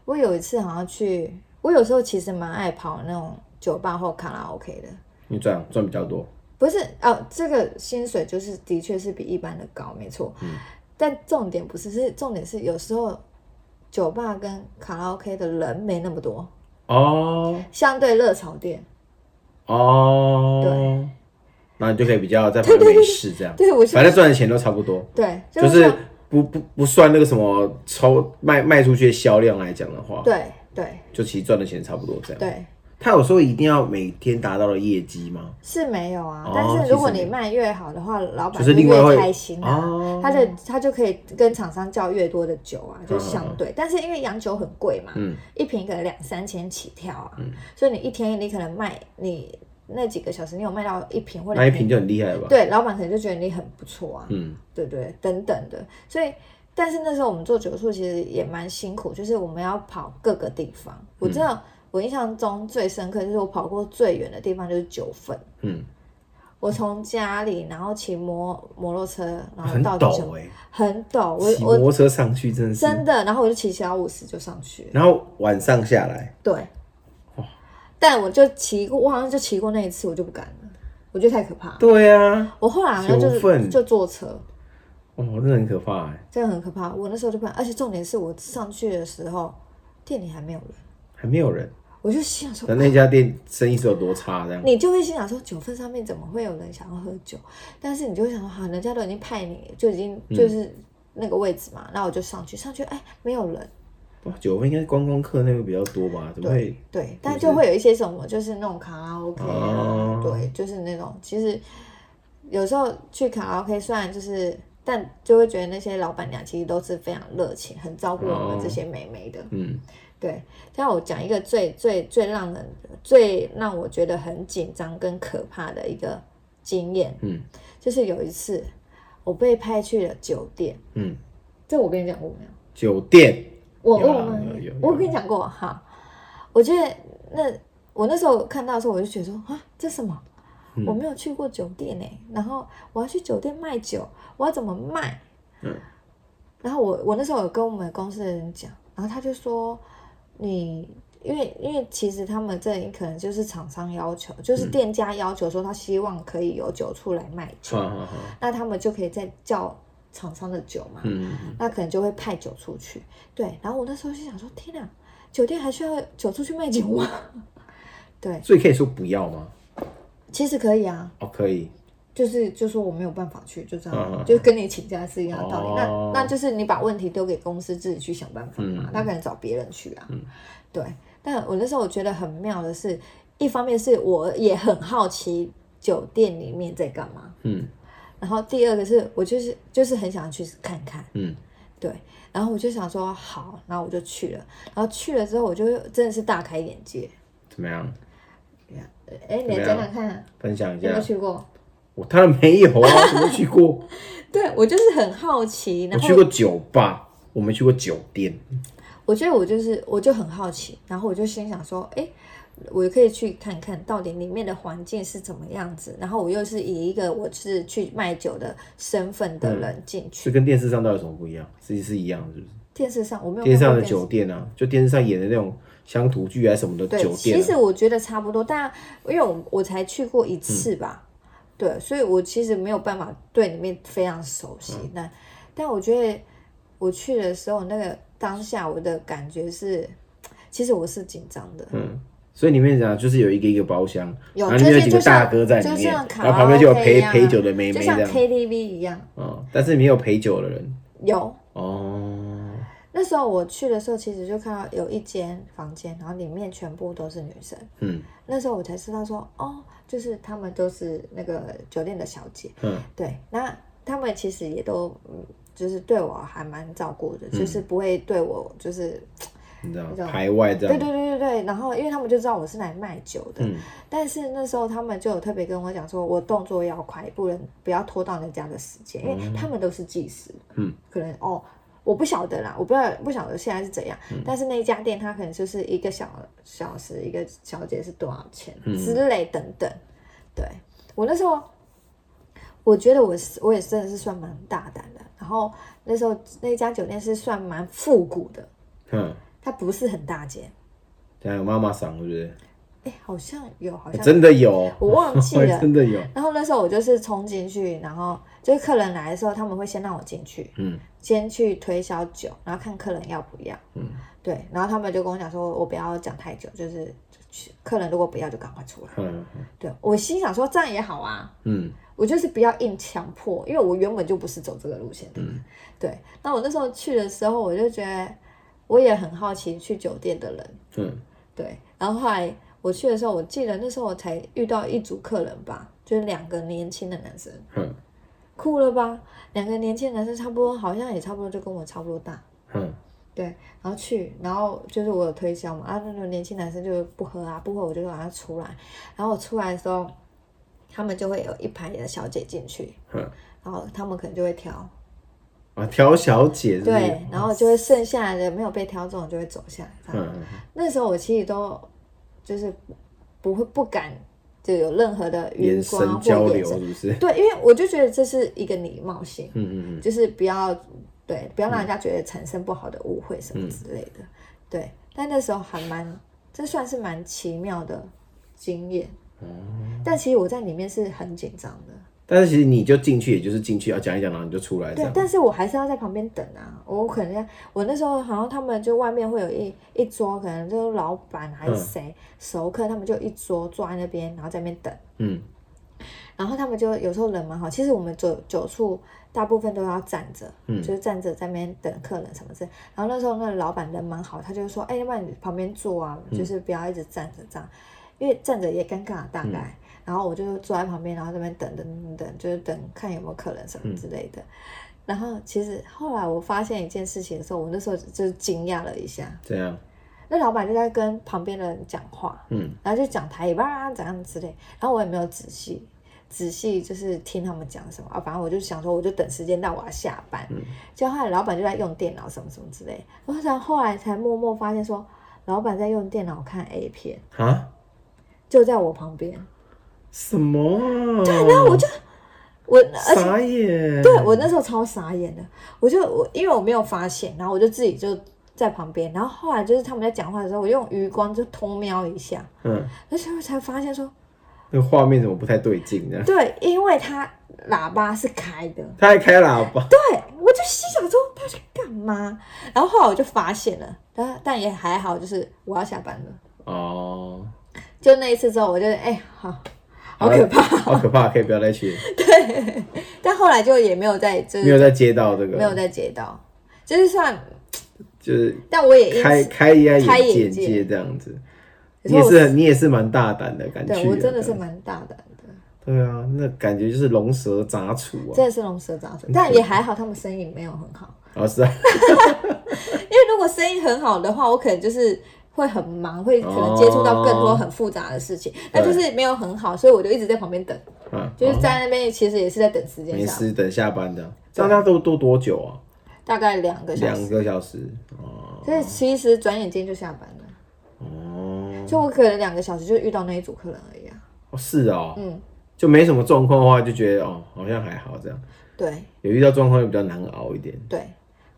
我有一次好像去，我有时候其实蛮爱跑那种酒吧或卡拉 OK 的，
你赚赚比较多，
不是哦，这个薪水就是的确是比一般的高，没错。
嗯
但重点不是，是重点是有时候酒吧跟卡拉 OK 的人没那么多，
哦
相对热炒店。
哦，然后你就可以比较在旁边没事这样，
对，我是
反正赚的钱都差不多，
对，
就
像
是不不不算那个什么抽卖卖出去的销量来讲的话，
对对
就其实赚的钱差不多这样。
对
他有说一定要每天达到的业绩吗？
是没有啊。
哦
但是如果
其实
你
没
卖越好的话，老板
就是另外会
越开心啊，
哦
他就他就可以跟厂商叫越多的酒啊，就相对。但是因为洋酒很贵嘛，
嗯，
一瓶可能两三千起跳啊，所以你一天你可能卖你那几个小时，你有卖到一瓶或
那一
两
瓶就很厉害了吧？，
对，老板可能就觉得你很不错啊，
嗯，
对对，等等的。所以，但是那时候我们做酒醋其实也蛮辛苦，就是我们要跑各个地方。我真
嗯
的，我印象中最深刻就是我跑过最远的地方就是九份，
嗯，
我从家里然后骑摩摩托车，然后
很
到九
陡哎、
很陡，
骑
哦我
摩
我
托车上去真的是，
真的，然后我就骑小五十就上去了。
然后晚上下来，
对，但我就骑过，我好像就骑过那一次，我就不敢了。我觉得太可怕。
对啊，
我后来好像就
熊粪
是就坐车，
哦，那很可怕哎，
真的很可怕。我那时候就不敢，而且重点是我上去的时候，店里还没有人，
还没有人。
我就心想
那
说，啊
那家店生意是有多差这样？
你就会心想说，九份上面怎么会有人想要喝酒？但是你就会想说，好，人家都已经派你，就已经
嗯
就是那个位置嘛，那、我就上去，上去，哎，没有人，
哇，九份应该观光客那个比较多吧？怎么会
对？对，但就会有一些什么，就是那种卡拉 OK
哦
啊，对，就是那种其实有时候去卡拉 OK 虽然就是，但就会觉得那些老板娘其实都是非常热情，很照顾我
哦
们这些美眉的。
嗯，
对，像我讲一个最最最让人最让我觉得很紧张跟可怕的一个经验，
嗯，
就是有一次我被派去了酒店，
嗯，
这我跟你讲过没有？
酒店
我
有
我
啊
们
有有有
我跟你讲过哈，我觉得那我那时候看到的时候，我就觉得说啊，这什么？
嗯
我没有去过酒店呢、然后我要去酒店卖酒，我要怎么卖？
嗯，
然后我我那时候有跟我们公司的人讲，然后他就说你。因为因为其实他们这里可能就是厂商要求，就是
嗯
店家要求说他希望可以有酒出来卖酒，
好好好，
那他们就可以再叫厂商的酒嘛。
嗯，嗯
那可能就会派酒出去。对，然后我那时候就想说，天啊，酒店还需要酒出去卖酒吗？ 对
嗯，所以可以说不要吗？
其实可以啊，
哦，可以，
就是就说我没有办法去，就这样，
嗯嗯嗯
就跟你请假是一样的道理。
哦
那那就是你把问题丢给公司自己去想办法嘛，
嗯
他可能找别人去啊。
嗯
对，但我那时候我觉得很妙的是，一方面是我也很好奇酒店里面在干嘛，
嗯
然后第二个是我就是就是很想去看看。
嗯，
对，然后我就想说好，然后我就去了，然后去了之后我就真的是大开眼界。
怎么样？
哎，你
怎么
来
样
讲讲看，
分享一
你有没
下
有。去过？
我当然没有啊，我怎么去过？
对我就是很好奇，
我
然后
去过酒吧，我没去过酒店。
我觉得我就是我就很好奇，然后我就心想说，哎，我可以去看看到底里面的环境是怎么样子，然后我又是以一个我是去卖酒的身份
嗯
的人进去。
这跟电视上到底有什么不一样？其实是一样，是不是？
电视上我没有
电视
看
上
过
的
电
酒店啊，就电视上演的那种乡土剧啊什么的
对，
酒店、
其实
啊。
我觉得差不多，但因为我我才去过一次
嗯
吧，对，所以我其实没有办法对里面非常熟悉。
嗯
但但我觉得我去的时候，那个当下我的感觉是，其实我是紧张的。
嗯，所以里面讲就是有一个一个包厢，
有
然后里面
就是
有几个
就像
大哥在里
就
面，
像卡拉
然后旁边就有
OK
陪
一样啊
陪酒的妹
就
妹
像
这样。
KTV 一样，
嗯，但是没有陪酒的人。
有
哦，
那时候我去的时候，其实就看到有一间房间，然后里面全部都是女生。
嗯
那时候我才知道说，哦，就是她们都是那个酒店的小姐。
嗯
对，那他们其实也都，嗯，就是对我还蛮照顾的，
嗯
就是不会对我就是，
你知道
那种
排外这样。
对对对对对。然后因为他们就知道我是来卖酒的，
嗯
但是那时候他们就有特别跟我讲说，我动作要快，不能不要拖到人家的时间，因为他们都是计时，
嗯，
可能哦。我不晓得啦，我不知道不晓得现在是怎样，
嗯
但是那一家店它可能就是一个小小时一个小姐是多少钱、
嗯
之类等等。对我那时候，我觉得我是我也真的是算蛮大胆的。然后那时候那家酒店是算蛮复古的，
嗯，
它不是很大间，
这样有妈妈嗓是不是？
哎，好像有，好
欸
像
真的有，
我忘 记了
真的有。
然后那时候我就是冲进去，然后就是客人来的时候，他们会先让我进去，
嗯
先去推销酒，然后看客人要不要。
嗯，
对，然后他们就跟我讲说，我不要讲太久，就是就去客人如果不要就赶快出来。
嗯
对我心想说这样也好啊，
嗯
我就是不要硬强迫，因为我原本就不是走这个路线的。
嗯
对，那我那时候去的时候，我就觉得我也很好奇去酒店的人，
嗯
对，然后后来我去的时候，我记得那时候我才遇到一组客人吧，就是两个年轻的男生，
嗯
酷了吧？两个年轻的男生差不多，好像也差不多就跟我差不多大，
嗯
对。然后去，然后就是我有推销嘛，啊，那个年轻男生就不喝啊，不喝我就让他出来。然后我出来的时候，他们就会有一排的小姐进去，
嗯，
然后他们可能就会挑，
啊，挑小姐是不是
对，然后就会剩下来的没有被挑中的就会走下来。这样
嗯嗯
那时候我其实都就是不会不敢就有任何的
眼
余光啊
神
或
交
眼
流是
神，
不是？
对，因为我就觉得这是一个礼貌性，
嗯嗯嗯
就是不要对，不要让人家觉得产生不好的误会
嗯
什么之类的，对。但那时候还蛮，这算是蛮奇妙的经验，
哦
但其实我在里面是很紧张的。
但是其实你就进去，也就是进去，要讲一讲，然后你就出来这
对
样，。
但是我还是要在旁边等啊。我可能要我那时候好像他们就外面会有一一桌，可能就是老板还是
嗯
谁、熟客，他们就一桌坐在那边，然后在那边等。
嗯
然后他们就有时候人蛮好，其实我们九九处大部分都要站着，
嗯
就是站着在那边等客人什么之类。然后那时候那个老板人蛮好，他就说：“哎、要不然你旁边坐啊，就是不要一直站着这样，因为站着也尴尬大概。然后我就坐在旁边，然后在那边等等等等，就是等看有没有客人什么之类的。然后其实后来我发现一件事情的时候，我那时候就惊讶了一下，
这样，
那老板就在跟旁边的人讲话，
嗯
然后就讲台语吧，怎样之类。然后我也没有仔细仔细就是听他们讲什么啊，反正我就想说，我就等时间到我要下班。
嗯
结果后来老板就在用电脑什么什么之类，我想后来才默默发现说，老板在用电脑看 A 片，
啊，
就在我旁边。
什么啊？对，
然后我就我而且
傻眼。
对我那时候超傻眼的，我就我因为我没有发现，然后我就自己就在旁边，然后后来就是他们在讲话的时候，我用余光就偷瞄一下，
嗯，
而且我才发现说。
那个画面怎么不太对劲呢？
对，因为他喇叭是开的。
他还开喇叭，
对，我就心想说他在干嘛？然后后来我就发现了，但但也还好，就是我要下班了。
哦，
就那一次之后，我就哎、好，好
好
可怕。
好可怕，可以不要再去，
对，但后来就也没有再就是
没有再接到这个，
嗯没有再接到，就是算，
就是
但我也因
开
此
开一下
开眼
眼
界
界这样子。
可
你也
我
是很你也是蛮大胆的感觉，
对我真的是蛮大胆的，
对啊，那感觉就是龙蛇杂处啊
真，的是龙蛇杂处，但也还好他们生意没有很好。
老师啊，
因为如果生意很好的话，我可能就是会很忙，会可能接触到更多很复杂的事情。那、
哦对
就是没有很好，所以我就一直在旁边等，
啊
就是
哦
在那边其实也是在等时间
没
上，
事，等下班的，大家都都多久啊？
大概两个小
两
时。
个小时哦
所以其实转眼间就下班了，
哦
就我可能两个小时就遇到那一组客人而已啊。
哦，是哦，
嗯，
就没什么状况的话，就觉得哦好像还好这样，
对
有遇到状况就比较难熬一点，
对。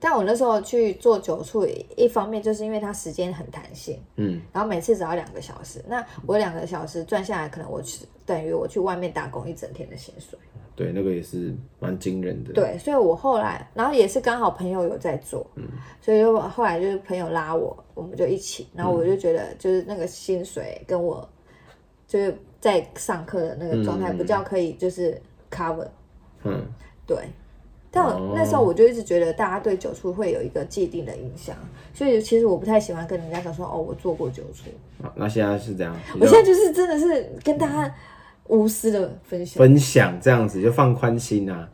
但我那时候去做酒处，一方面就是因为它时间很弹性，
嗯
然后每次只要两个小时，那我两个小时赚下来，可能我去等于我去外面打工一整天的薪水。
对，那个也是蛮惊人的，，
对，所以我后来，然后也是刚好朋友有在做，
嗯
所以就后来就是朋友拉我，我们就一起，然后我
嗯
就觉得就是那个薪水跟我就是在上课的那个状态
嗯
比较可以就是 cover，、
嗯
对。但
哦
我那时候我就一直觉得大家对酒醋会有一个既定的印象，所以其实我不太喜欢跟人家讲说哦，我做过酒醋。
好，那现在是这样，比
我
较
现在就是真的是跟大家无私的分享，
分享这样子就放宽心啊，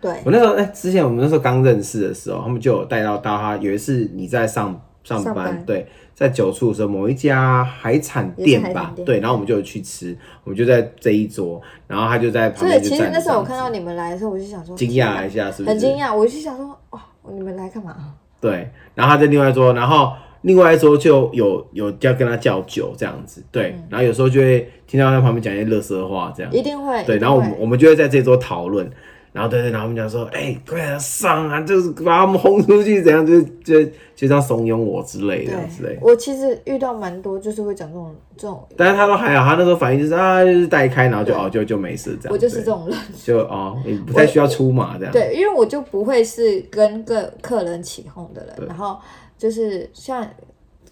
对
我那时候哎、之前我们那时候刚认识的时候，他们就有带到到他有一次你在上上班，
上班
对，在九处的时候，某一家海产
也
店
是海
吧
产，店
对，然后我们就有去吃，我们就在这一桌，然后他就在旁
所以
边就
其
站着。
实那时候我看到你们来的时候，我就想说
惊
天哪
讶一下，是不是？
很惊讶，我就想说，哇，你们来干嘛？
对，然后他在另外一桌，然后另外一桌就有有要跟他叫酒这样子，对，
嗯
然后有时候就会听到他旁边讲一些乐色话这样，
一定会，
对，
一定
然后我
会
们我们就会在这桌讨论，然后对对，然后我们讲说，哎、快点上啊，就是把他们轰出去，怎样，就是就就这样怂恿我之类的，这样之类
对
的，。
我其实遇到蛮多，就是会讲这种这种，
但是他都还好，他那时候反应就是啊，就是带开，然后就
对
哦就就没事这样。
我就是
对
这，种人，
就哦，你不太需要出马这样。，
对，因为我就不会是跟个客人起哄的人，
对
然后就是像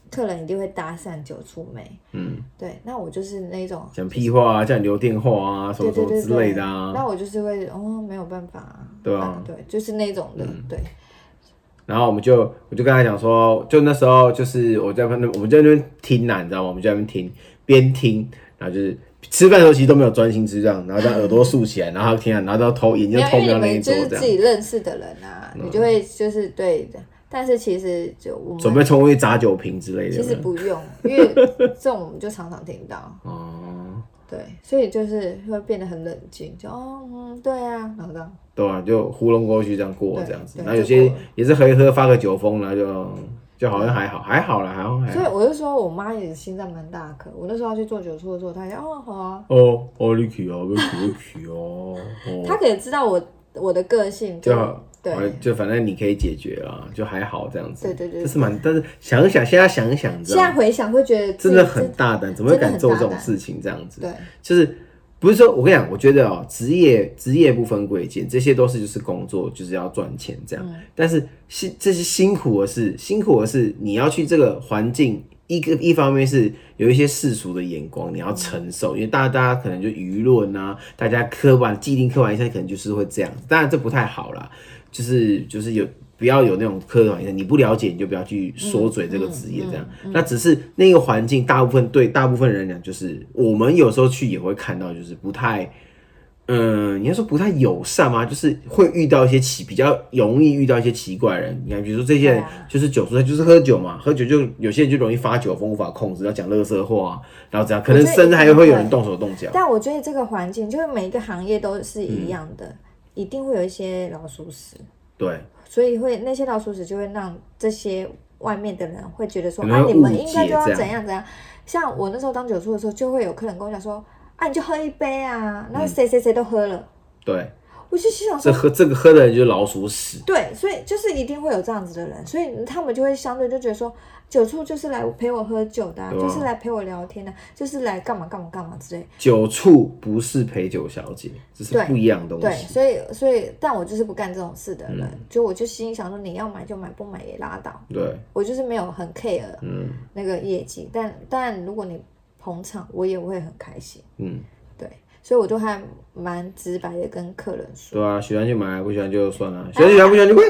客人一定会搭讪酒出妹，
嗯，
对，那我就是那种。
讲屁话啊，叫你留电话啊，什
对
么什
对
么
对
之
对
类的啊。
那我就是会哦，没有办法啊，
对啊嗯
对，就是那种的，对，
然后我们就我就跟他讲说，就那时候就是我在那边，我们在那边听呐、你知道吗？我们就在那边听，边听，然后就是吃饭的时候其实都没有专心吃这样，然后这样耳朵竖起来，然后听啊，然后都偷眼睛
没有，
偷
因为
瞄
你
那一
们就
桌
是
这
自己
样，嗯
认识的人啊，你就会就是对的，但是其实就我们
准备冲过去砸酒瓶之类的。
其实不用，因为这种我们就常常听到，
哦，
对，所以就是会变得很冷静，就哦，嗯，对啊，然后这样，
对啊，就糊弄过去这样过
对
这样子，
对
然后有
就过
些
了
也是喝一喝发个酒疯，然后就就好像还好，还好啦，还好还
所以
好。
我就说我妈也心脏蛮大颗，我那时候要去做酒醋的时候，她也哦好啊，
哦哦，你去哦，你去你去哦，哦
她可能知道我我的个性
就
跟
好
对
反正就反正你可以解决啊，就还好这样子。
对对对
这是蛮，但是想一想，现在想一想，你知
现
道
在
吗？
回想会觉得自
真
己
的很大胆，怎么会敢做这
真的很
种
大胆
事情？这样子，
对，
就是不是说我跟你讲，我觉得哦、职业职业不分贵贱，这些都是就是工作，就是要赚钱这
嗯
样。但是辛这些辛苦的是辛苦的是你要去这个环境，一个一方面是有一些世俗的眼光你要承
嗯
受，因为大家大家可能就舆论啊，大家刻板既定刻板印象可能就是会这样，当然这不太好啦，就是就是有。不要有那种刻板印象，你不了解你就不要去说嘴这个职
嗯
业这样。那只是那个环境，大部分对大部分人来讲，就是我们有时候去也会看到，就是不太嗯，你要说不太友善吗？就是会遇到一些奇，比较容易遇到一些奇怪的人。你看，比如说这些
对
人
啊
就是酒醉，他就是喝酒嘛，喝酒就有些人就容易发酒疯，无法控制，要讲乐色话、啊，然后这样，可能
我觉得
甚至还
一定
会有
会
人动手动脚。
但我觉得这个环境，就是每一个行业都是一样的，一定会有一些老鼠屎，
对，
所以会那些老鼠屎就会让这些外面的人会觉得说
可能
啊，
会
你们
误
应该
解
就要
这样
怎样怎样。像我那时候当酒助的时候，就会有客人跟我讲说啊，你就喝一杯啊，那谁谁谁都喝了，
对，
我就心想
嗯这
说。
喝这个喝的人就是老鼠屎。
对，所以就是一定会有这样子的人，所以他们就会相对就觉得说，酒醋就是来陪我喝酒的啊、
对啊
就是来陪我聊天的、啊就是来干嘛干嘛干嘛之类的。
酒醋不是陪酒小姐，这是
对
不一样的东
对，
西。嗯
所以所以，但我就是不干这种事的人，就我就心里想说，你要买就买，不买也拉倒。
对，
我就是没有很 care
嗯
那个业绩，但但如果你捧场，我也会很开心。
嗯，
对，所以我都还蛮直白的跟客人说，
对啊，喜欢就买，不喜欢就算了，喜欢就喜欢，不喜欢就滚。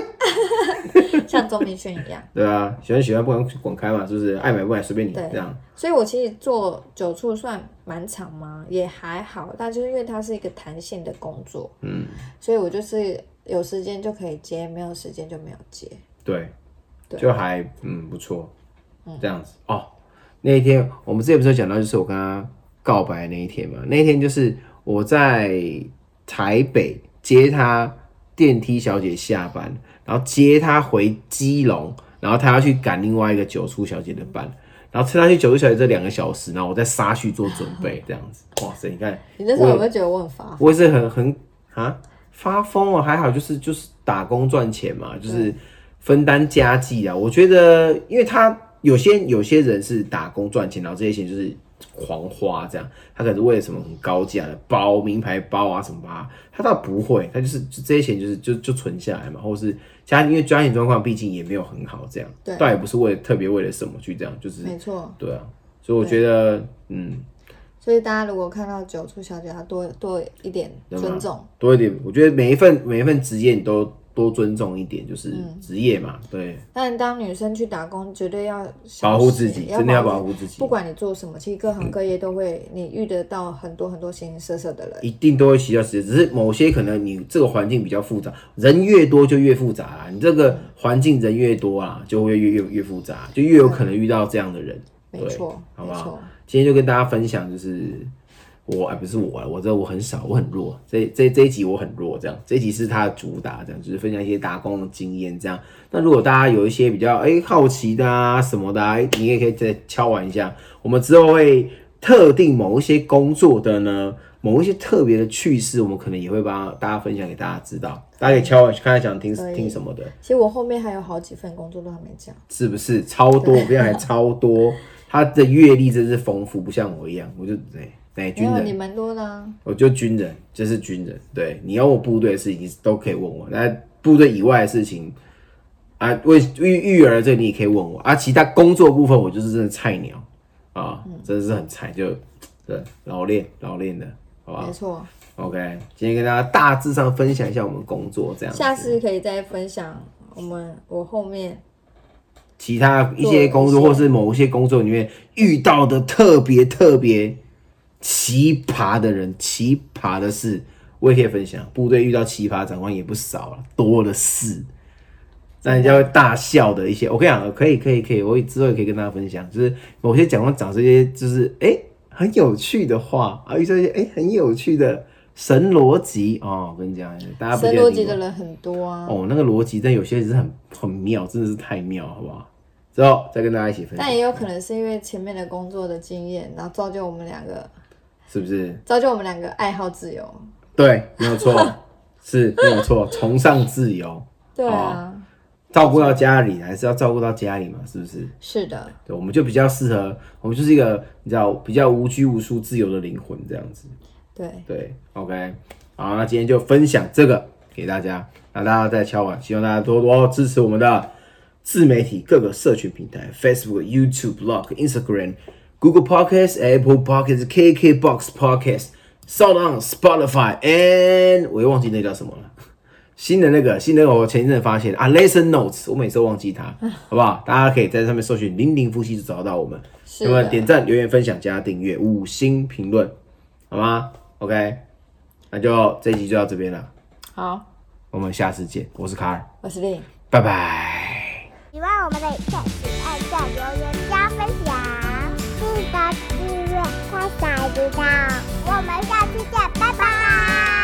像钟明轩一样。
对啊，喜欢喜欢，不管滚开嘛，是不是？爱买不买随便你
对
这样。
所以我其实做久处算蛮长嘛，也还好，但就是因为它是一个弹性的工作，
嗯，
所以我就是有时间就可以接，没有时间就没有接。
对，
对
就还嗯不错，这样子哦。那一天我们之前不是有讲到，就是我跟他告白的那一天嘛，那一天就是我在台北接他电梯小姐下班，然后接他回基隆，然后他要去赶另外一个九处小姐的班。然后趁他去九处小姐这两个小时，然后我再杀去做准备，这样子。哇塞，你看
你那时候
我
有没有觉得我很发疯？
我也是很很啊发疯哦，还好就是就是打工赚钱嘛，就是分担家计啊。我觉得，因为他有些有些人是打工赚钱，然后这些钱就是狂花这样，他可能是为了什么很高价的包、名牌包啊什么吧，他倒不会，他就是就这些钱就是就就存下来嘛，或是家因为家庭状况毕竟也没有很好，这样
对
倒也不是为了特别为了什么去这样，就是
没错，
对啊，所以我觉得嗯。
所以大家如果看到九处小姐，要多多一点尊重。
多一点，我觉得每一份每一份职业你都多尊重一点，就是
嗯
职业嘛，对，
但当女生去打工，绝对要小心
保护自己，真的要保
护
护自己
不，管你做什么，其实各
嗯
行各业都会，你遇得到很多很多形形色色的人。
一定都会需要时间，只是某些可能你这个环境比较复杂，人越多就越复杂啦，你这
嗯
个环境人越多啊，就会越越越复杂，就越有可能遇到这样的人。
没错，
好
没
不好
错。
今天就跟大家分享，就是我哎不是我啊，我这我很少，我很弱，这这这一集我很弱，这样这一集是它的主打，这样就是分享一些打工的经验，这样。那如果大家有一些比较哎、好奇的啊什么的、啊，哎你也可以再敲完一下，我们之后会特定某一些工作的呢。某一些特别的趣事，我们可能也会帮大家分享给大家知道，大家可以敲完看看想听
可以
听什么的。
其实我后面还有好几份工作都还没讲。
是不是超多？我跟你讲，还超多。他的阅历真是丰富，不像我一样，我就对，对
没
军
有你
人，
蛮多的、啊，
我就军人，就是军人。对，你要我部队的事情都可以问我，那部队以外的事情啊，为育育儿这个你也可以问我啊。其他工作部分，我就是真的菜鸟啊，真的是很菜，就对老练老练的，好不
没
好
错。
？OK，今天跟大家大致上分享一下我们工作这样子，
下次可以再分享我们我后面
其他一些工作，
做
或
一些
是某一些工作里面遇到的特别特别奇葩的人、奇葩的事，我也可以分享。部队遇到奇葩长官也不少了，多的是，让人家会大笑的一些。我跟你讲，可以可以可以，我之后也可以跟大家分享，就是某些长官讲这些，就是哎、诶很有趣的话啊，遇到一些哎、诶很有趣的神逻辑哦，我跟你讲，大家不
神
见得
逻
理
辑
我
的人很多啊，
哦，那个逻辑，但有些人是很很妙，真的是太妙，好不好？之后再跟大家一起分享
但，也有可能是因为前面的工作的经验，然后造就我们两个
是不是？
造就我们两个爱好自由。
对，没有错，是没有错，崇尚自由，
对啊，
照顾到家里，还是要照顾到家里嘛，是不是？
是的，
对，我们就比较适合，我们就是一个你知道比较无拘无束、自由的灵魂这样子。
对，
对，OK，好，那今天就分享这个给大家，那大家在敲碗，希望大家多多支持我们的自媒体各个社群平台，Facebook、YouTube、Blog、Instagram、Google Podcasts、Apple Podcasts、KKBox Podcasts、Sound On、Spotify and 我又忘记那叫什么了。新的那个，新的那个我前一阵发现啊，Lesson Notes，我每次都忘记它，好不好？大家可以在上面搜寻“零零夫妻”就找到我们。
是
那么
的，
点赞、留言、分享、加订阅、五星评论，好吗？OK，那就这一集就到这边了，
好，
我们下次见。我是卡尔，
我是令。
拜拜。
喜欢我们的影片，请按赞、留言、加分享，记得订阅、开小铃铛。我们下期见，拜拜